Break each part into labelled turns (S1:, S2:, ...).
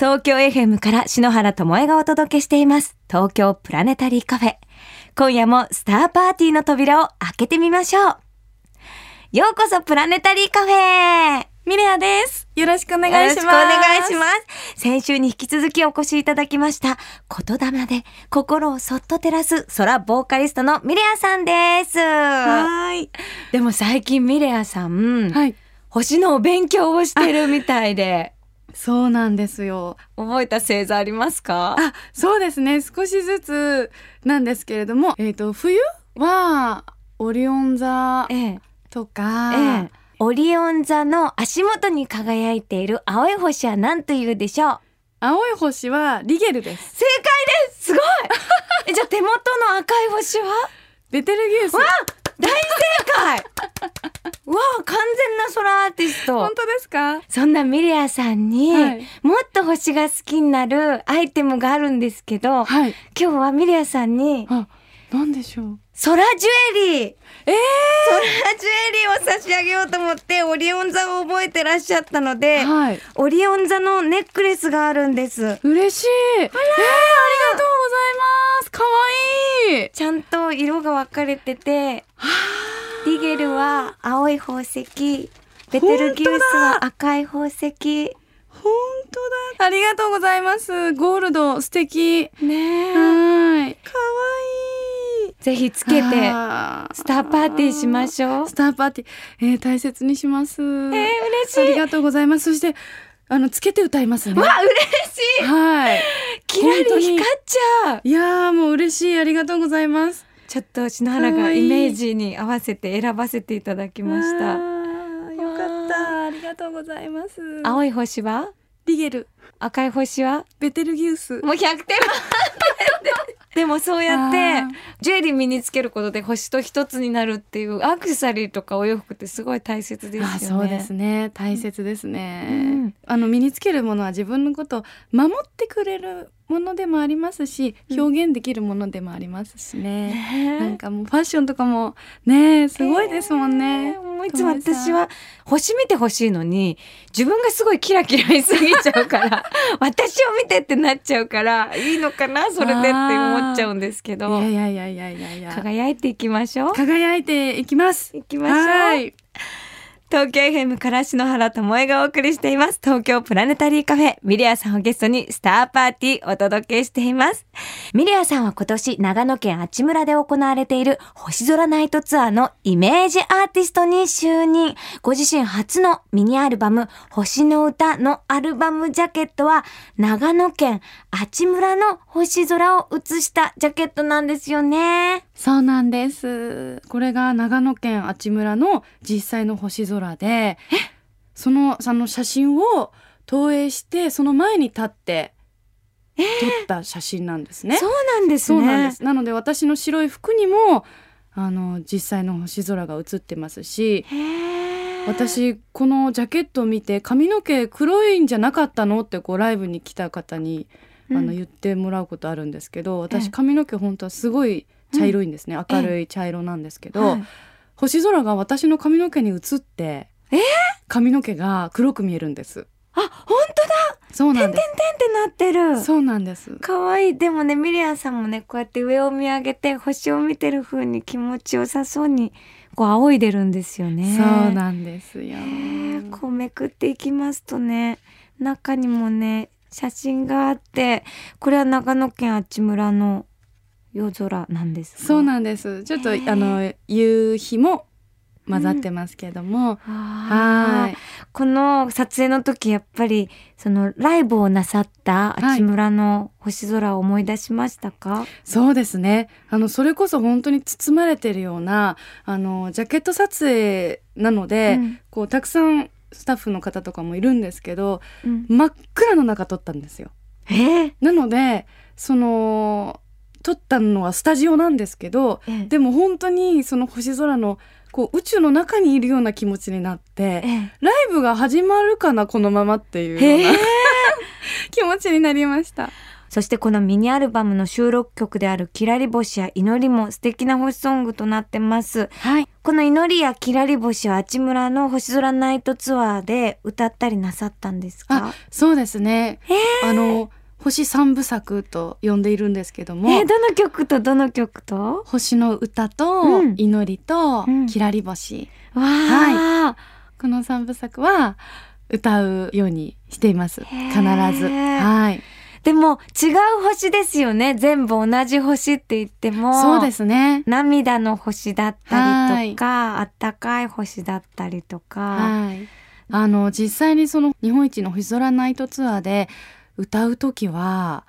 S1: 東京 FM から篠原智恵がお届けしています。東京プラネタリーカフェ。今夜もスターパーティーの扉を開けてみましょう。ようこそプラネタリーカフェ
S2: ミレアです。よろしくお願
S1: よろ
S2: い
S1: し
S2: し
S1: く
S2: ます。
S1: お願いします。先週に引き続きお越しいただきました、言霊で心をそっと照らす空ボーカリストのミレアさんです。
S2: はーい。
S1: でも最近ミレアさん、
S2: はい。
S1: 星のお勉強をしてるみたいで、
S2: そうなんですよ。
S1: 覚えた星座ありますか
S2: あ、そうですね。少しずつなんですけれども、えっ、と、冬は、オリオン座
S1: ええ、
S2: と
S1: え
S2: か、
S1: え。オリオン座の足元に輝いている青い星は何というでしょう
S2: 青い星はリゲルです。
S1: 正解ですすごい えじゃあ手元の赤い星は
S2: ベテルギウス。
S1: 大正 解わあ完全な空アーティスト
S2: 本当ですか
S1: そんなミリアさんに、
S2: はい
S1: もっと星が好きになるアイテムがあるんですけど
S2: はい。
S1: 今日はミリアさんに
S2: あ、なんでしょう。
S1: 空ジュエリ ー
S2: ええ
S1: 空ジュエリーを差し上げようと思ってオリオン座を覚えてらっしゃったので、
S2: はい。
S1: オリオン座のネックレスがあるんです
S2: 嬉しい。ええありがとうございます。可愛いい。
S1: ちゃんと色が分かれててリゲルは青い宝石ベテルギウスは赤い宝石
S2: 本当だ。ありがとうございます。ゴールド素敵。
S1: ねえ
S2: はい。可愛いい。
S1: ぜひつけて
S2: あ
S1: スターパーティーしましょう
S2: スターパーティー、えー大切にします。
S1: えー、
S2: あ
S1: 嬉
S2: り
S1: しい
S2: がとうございます。そしてあのつけて歌いますね。
S1: わ嬉しい
S2: はい。
S1: キラリ
S2: 本当に
S1: 光っちゃう
S2: いやーもう嬉しい。ありがとうございます。
S1: ちょっと篠原
S2: かわ
S1: が
S2: い
S1: イ
S2: い
S1: メージに合わせて選ばせていただきました
S2: よかった。ありがとうございます。
S1: 青い星は
S2: リゲル、
S1: 赤い星は
S2: ベテルギウス。
S1: もう100点満点ででもそうやって
S2: あー
S1: ジュエリー身につけることで星と一つになるっていうアクセサリーとかお洋服ってすごい大切ですよね。
S2: あそうですね大切ですね、
S1: うん
S2: あの身につけるものは自分のことを守ってくれるものでもありますし
S1: うん
S2: 表現できるものでもありますしね、な
S1: ね
S2: んかもうファッションとかもねすごいですもんね、
S1: えーもういつも
S2: 友枝さん
S1: 私は星見てほしいのに自分がすごいキラキラしすぎちゃうから 私を見てってなっちゃうからいいのかなそれでって思っちゃうんですけど
S2: いやいやいやいやいやいや
S1: 輝いていきましょう。
S2: 輝いていきます
S1: いきましょう。
S2: はい
S1: 東京 FM から篠原智恵がお送りしています。東京プラネタリーカフェ、ミリアさんをゲストにスターパーティーお届けしています。ミリアさんは今年長野県阿智村で行われている星空ナイトツアーのイメージアーティストに就任。ご自身初のミニアルバム、星の歌のアルバムジャケットは長野県阿智村の星空を映したジャケットなんですよね。
S2: そうなんです。これが長野県阿智村の実際の星空で、そのその写真を投影してその前に立って撮った写真なんですね。
S1: そうなんです
S2: そ
S1: ね。
S2: うなんです。なので私の白い服にもあの実際の星空が写ってますし、
S1: へー。
S2: 私このジャケットを見て髪の毛黒いんじゃなかったのってこうライブに来た方に、
S1: うん
S2: あの言ってもらうことあるんですけど
S1: ええ
S2: 私髪の毛本当はすごい茶色いんですね、
S1: ええ
S2: 明るい茶色なんですけど、
S1: はい
S2: 星空が私の髪の毛に映って、
S1: え
S2: 髪の毛が黒く見えるんです
S1: あ、本当だ
S2: そうなんで
S1: ってなって
S2: す
S1: る。
S2: そうなんです
S1: 可愛いでもね、ミリアさんもね、こうやって上を見上げて、星を見てる風に気持ちよさそうに、こう仰いでるんですよね。
S2: そうなんですよ
S1: へーこうめくっていきますとね、中にもね、写真があって、これは長野県あちむらの夜空なんですが
S2: そうなんですちょっと
S1: へえ
S2: あの夕日も混ざってますけども、
S1: は
S2: はいい。
S1: この撮影の時やっぱりそのライブをなさったあちむらの星空を思い出しましたか、
S2: そうですね。あの、それこそ本当に包まれてるような、あの、ジャケット撮影なので、
S1: うん
S2: こう、たくさんスタッフの方とかもいるんですけど、
S1: うん
S2: 真っ暗の中撮ったんですよ。
S1: えー
S2: なので、その、撮ったのはスタジオなんですけど、でも本当にその星空の、こう、宇宙の中にいるような気持ちになって、
S1: え
S2: ライブが始まるかな、このままっていう
S1: え
S2: ような気持ちになりました。
S1: そしてこのミニアルバムの収録曲であるキラリ星や祈りも素敵な星ソングとなってます。
S2: はい。
S1: この祈りやキラリ星はあちむらの星空ナイトツアーで歌ったりなさったんですか
S2: あそうですね。あの星三部作と呼んでいるんですけども、
S1: えー、どの曲とどの曲と
S2: 星の歌と、
S1: うん
S2: 祈りと、
S1: うん
S2: きらり星
S1: わー、
S2: はこの三部作は歌うようにしています。必
S1: へ
S2: ず
S1: ー
S2: はい。
S1: でも違う星ですよね。全部同じ星って言っても。。
S2: そうですすね。
S1: 涙の星だったりとか、あったかい星だったりとか。
S2: はい。あの実際にその日本一の星空ナイトツアーで歌う時は。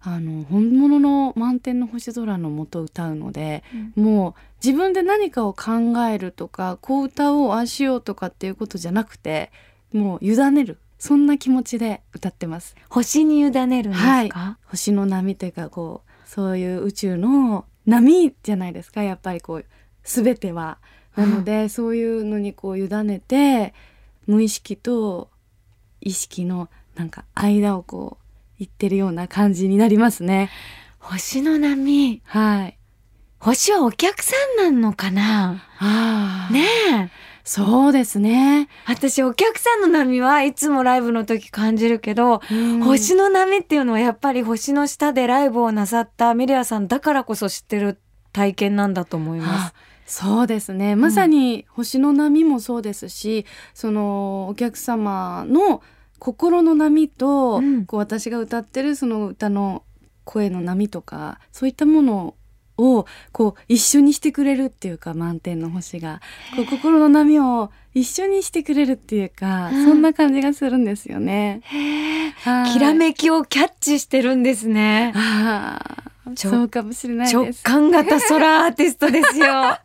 S2: あの本物の満天の星空のもと歌うので、もう自分で何かを考えるとかこう歌おうああしようとかっていうことじゃなくてもう委ねるそんな気持ちで歌ってます
S1: 星に委ねるんですか、
S2: はい星の波というかこうそういう宇宙の波じゃないですかやっぱりこう全てはなの でそういうのにこう委ねて無意識と意識のなんか間をこう行ってるような感じになりますね
S1: 星の波。
S2: はい
S1: 星はお客さんなんのかな
S2: あー
S1: ねえ。
S2: そうですね、
S1: 私お客さんの波はいつもライブの時感じるけど、
S2: うん
S1: 星の波っていうのはやっぱり星の下でライブをなさったミリアさんだからこそ知ってる体験なんだと思います
S2: あ。そうですねまさに星の波もそうですし、そのお客様の心の波と、
S1: うん
S2: こう私が歌ってるその歌の声の波とかそういったものをこう一緒にしてくれるっていうか満天の星がこう心の波を一緒にしてくれるっていうか、
S1: うん
S2: そんな感じがするんですよね。
S1: へえ。
S2: はい
S1: きらめきをキャッチしてるんですね。
S2: あー
S1: ちょ
S2: そうかもしれない
S1: 直
S2: です。
S1: 感型空アーティスト ですよ。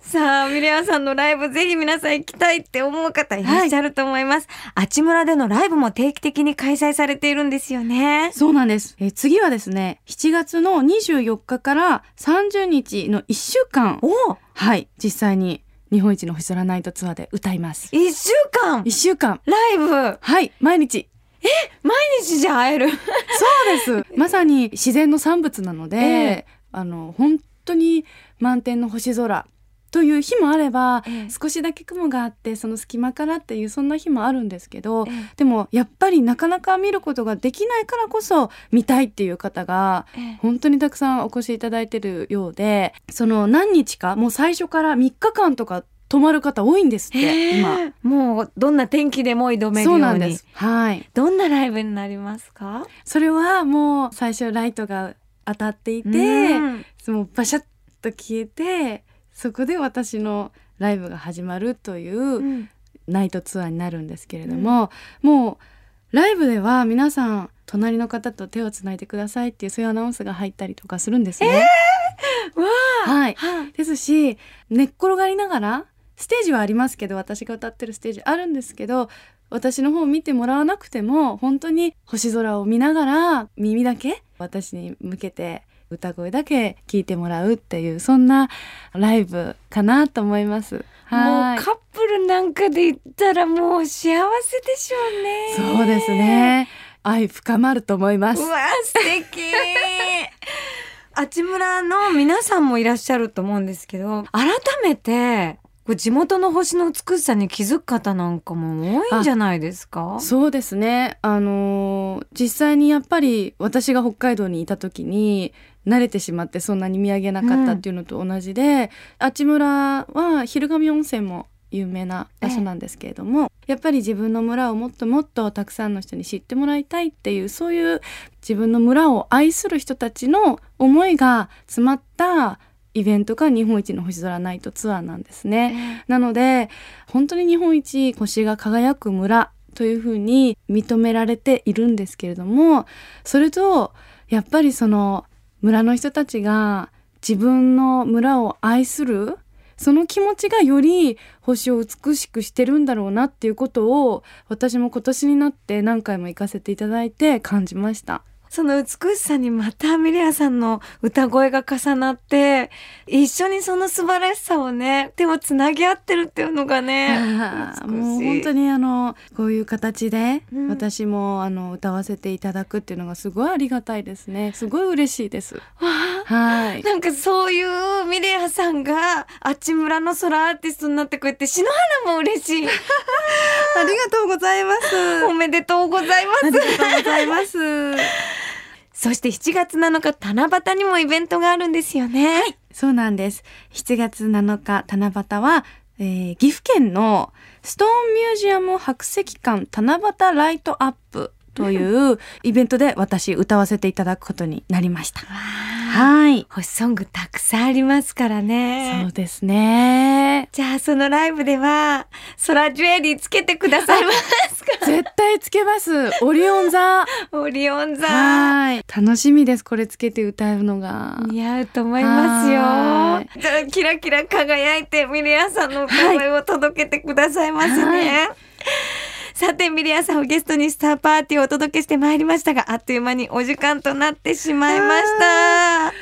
S1: さあ、ミレアさんのライブぜひ皆さん行きたいって思う方いらっしゃると思います。あちむらでのライブも定期的に開催されているんですよね。
S2: そうなんです。えー次はですね、7月の24日から30日の1週間、
S1: お
S2: はい、実際に日本一の星空ナイトツアーで歌います。
S1: 一週間
S2: 1週間、
S1: ライブ
S2: はい、毎日。
S1: 毎日じゃ会える。
S2: そう です。まさに自然の産物なので、
S1: ええ
S2: あの本当に満天の星空という日もあれば、
S1: ええ
S2: 少しだけ雲があってその隙間からっていうそんな日もあるんですけど、でもやっぱりなかなか見ることができないからこそ見たいっていう方が本当にたくさんお越しいただいてるようでその何日かもう最初から3日間とか泊まる方多いんですって今
S1: 今もうどんな天気でも挑めるよ
S2: そうう
S1: に
S2: なんですはい
S1: どんなライブになりますか
S2: それはもう最初ライトが当たっていて、
S1: うん
S2: もうバシャッと消えてそこで私のライブが始まるというナイトツアーになるんですけれども、もうライブでは皆さん隣の方と手をつないでくださいっていうそういうアナウンスが入ったりとかするんですね。
S1: わ
S2: はい、
S1: はい
S2: ですし寝っ転がりながらステージはありますけど私が歌ってるステージあるんですけど私の方を見てもらわなくても本当に星空を見ながら耳だけ私に向けて歌声だけ聞いてもらうっていうそんなライブかなと思います。
S1: も
S2: は
S1: う
S2: い
S1: カップルなんかで行ったらもう幸せでしょうね。
S2: そうです。ね。愛深まると思います
S1: う。わ、素敵。 あちむらの皆さんもいらっしゃると思うんですけど、改めて、こう地元の星の美しさに気づく方なんかも多いんじゃないですか
S2: そうですね。あのー実際にやっぱり私が北海道にいた時に慣れてしまってそんなに見上げなかったっていうのと同じで、あちむらは昼神温泉も有名な場所なんですけれども、やっぱり自分の村をもっともっとたくさんの人に知ってもらいたいっていうそういう自分の村を愛する人たちの思いが詰まったイベントが日本一の星空ナイトツアーなんですね。なので本当に日本一星が輝く村というふうに認められているんですけれどもそれとやっぱりその村の人たちが自分の村を愛するその気持ちがより星を美しくしてるんだろうなっていうことを私も今年になって何回も行かせていただいて感じました。
S1: その美しさにまたミリアさんの歌声が重なって、一緒にその素晴らしさをね、手をつなぎ合ってるっていうのがね、
S2: あ
S1: 美しい
S2: ーもう本当にあのこういう形で
S1: うん
S2: 私もあの歌わせていただくっていうのがすごいありがたいですねすごい嬉しいです
S1: わ
S2: はい
S1: あなんかそういうミリアさんが、あっち村の空アーティストになってくれて、篠原も嬉 しい。
S2: ありがとうございます
S1: おめでとうございま
S2: あ
S1: す
S2: り。がとうございます
S1: そして7月7日七夕にもイベントがあるんですよね。
S2: そうなんです7月7日七夕は、えー岐阜県のストーンミュージアム博石館七夕ライトアップというイベントで私歌わせていただくことになりましたはい
S1: 星ソングたくさんありますから
S2: そ
S1: ね
S2: う。ですね
S1: じゃあそのライブではソラジュエリーつけてくださいます か
S2: 絶対つけます。オリオン座。は
S1: オリオン座
S2: ーい。楽しみです。これつけて歌うのが。
S1: 似合うと思いますよ
S2: は
S1: じゃあキラキラ輝いてミリアさんの歌声を届けてくださいますね、さてミリアさんをゲストにスターパーティーをお届けしてまいりましたがあっという間にお時間となってしまいました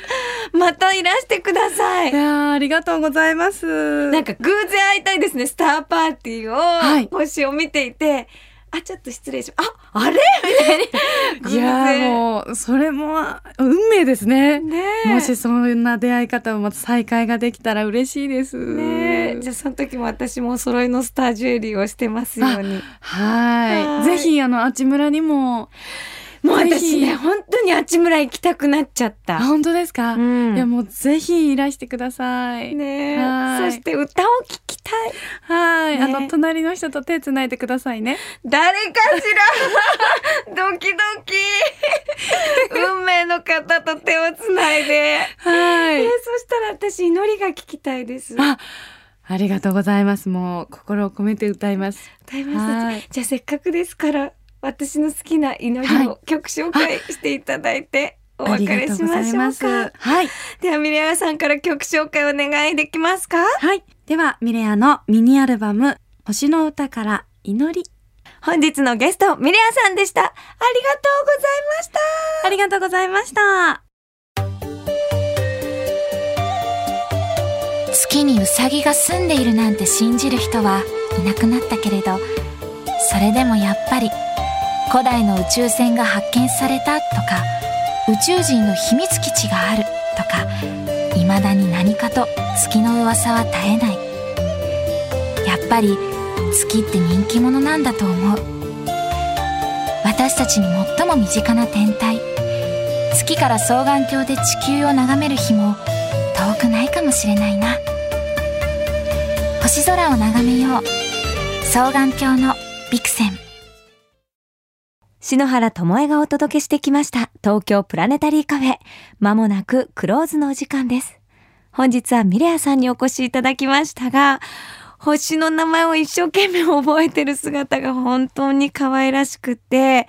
S1: またいらしてください
S2: いやーありがとうございます。
S1: なんか偶然会いたいですね、スターパーティーを、
S2: はい
S1: 星を見ていて、あ、ちょっと失礼します。あ、あれみた いな。
S2: いやーもう、それも、運命ですね。
S1: ねえ。
S2: もしそんな出会い方をまた再会ができたら嬉しいです。
S1: ねえ。じゃあその時も私もお揃いのスタージュエリーをしてますように。
S2: はい
S1: はい
S2: ぜひ、あの、あちむらにも。
S1: もう私
S2: ぜひ
S1: ね、本当にあっち村行きたくなっちゃった
S2: あ、。本当ですか、
S1: うん
S2: いや、もうぜひいらしてください。
S1: ね
S2: は
S1: え。
S2: い
S1: そして歌を聴きたい。
S2: はい、
S1: ね
S2: あの、隣の人と手つないでくださいね。
S1: 誰かし らドキド キ運命の方と手をつないで。
S2: はい
S1: えー、そしたら私祈りが聞きたいです。
S2: あ、ありがとうございます。もう心を込めて歌います。
S1: 歌いま
S2: は
S1: す
S2: い
S1: じゃあせっかくですから私の好きな祈りを
S2: は
S1: 曲紹介していただいてお
S2: あ
S1: 別
S2: りが
S1: れ
S2: とう
S1: し
S2: ござ
S1: ま
S2: い
S1: しょ
S2: ま
S1: う
S2: す。
S1: か。
S2: はい。
S1: ではミレアさんから曲紹介お願いできますか
S2: はい。では、ミレアのミニアルバム、星の歌から祈り。
S1: 本日のゲストミレアさんでした。ありがとうございました。
S2: ありがとうございました。
S3: 月にウサギが住んでいるなんて信じる人はいなくなったけれどそれでもやっぱり古代の宇宙船が発見されたとか宇宙人の秘密基地があるとか未だに何かと月の噂は絶えないやっぱり月って人気者なんだと思う私たちに最も身近な天体月から双眼鏡で地球を眺める日も遠くないかもしれないな星空を眺めよう双眼鏡のビクセン
S1: 篠原智恵がお届けしてきました東京プラネタリーカフェ。まもなくクローズのお時間です。本日はミレアさんにお越しいただきましたが、星の名前を一生懸命覚えてる姿が本当に可愛らしくて、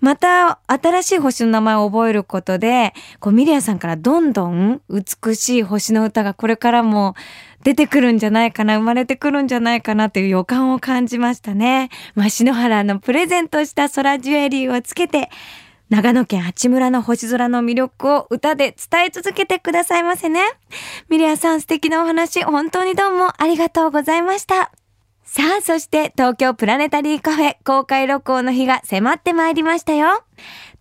S1: また新しい星の名前を覚えることで、こうミレアさんからどんどん美しい星の歌がこれからも出てくるんじゃないかな、生まれてくるんじゃないかなという予感を感じましたね。まあ、篠原のプレゼントした空ジュエリーをつけて、長野県八村の星空の魅力を歌で伝え続けてくださいませね。ミレアさん素敵なお話、本当にどうもありがとうございました。さあ、そして東京プラネタリーカフェ公開録音の日が迫ってまいりましたよ。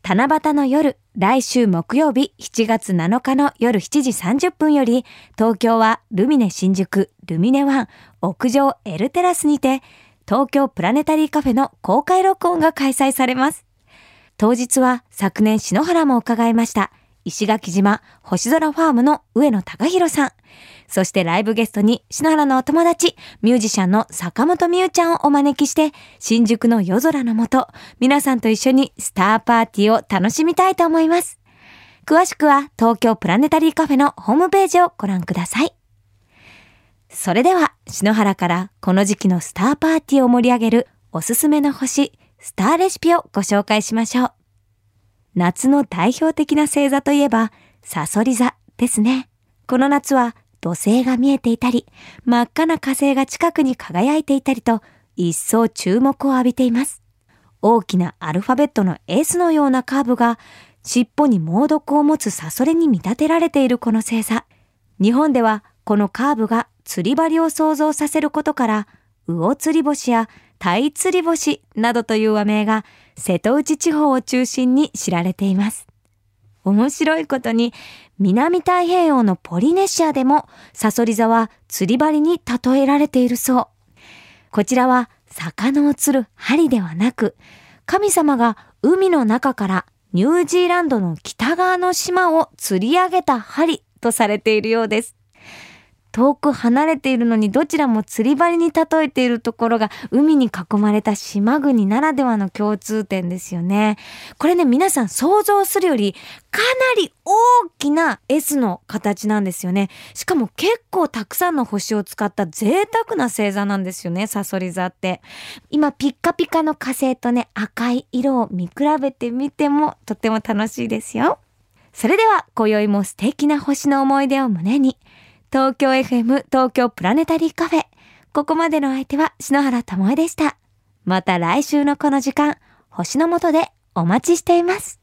S1: 七夕の夜、来週木曜日7月7日の夜7時30分より、東京はルミネ新宿、ルミネワン、屋上エルテラスにて、東京プラネタリーカフェの公開録音が開催されます。当日は昨年篠原も伺いました石垣島星空ファームの上野隆弘さんそしてライブゲストに篠原のお友達ミュージシャンの坂本美優ちゃんをお招きして新宿の夜空の下皆さんと一緒にスターパーティーを楽しみたいと思います詳しくは東京プラネタリーカフェのホームページをご覧くださいそれでは篠原からこの時期のスターパーティーを盛り上げるおすすめの星スターレシピをご紹介しましょう夏の代表的な星座といえば、サソリ座ですね。この夏は土星が見えていたり、真っ赤な火星が近くに輝いていたりと、一層注目を浴びています。大きなアルファベットの S のようなカーブが、尻尾に猛毒を持つサソリに見立てられているこの星座。日本ではこのカーブが釣り針を想像させることから、魚釣り星やタイ釣り星などという和名が瀬戸内地方を中心に知られています。面白いことに南太平洋のポリネシアでもサソリ座は釣り針に例えられているそう。こちらは魚を釣る針ではなく、神様が海の中からニュージーランドの北側の島を釣り上げた針とされているようです。遠く離れているのにどちらも釣り針に例えているところが海に囲まれた島国ならではの共通点ですよね。これね、皆さん想像するよりかなり大きな S の形なんですよね。しかも結構たくさんの星を使った贅沢な星座なんですよね、サソリ座って。今ピッカピカの火星とね、赤い色を見比べてみてもとても楽しいですよ。それでは今宵も素敵な星の思い出を胸に東京 FM 東京プラネタリーカフェここまでのお相手は篠原智恵でしたまた来週のこの時間星の下でお待ちしています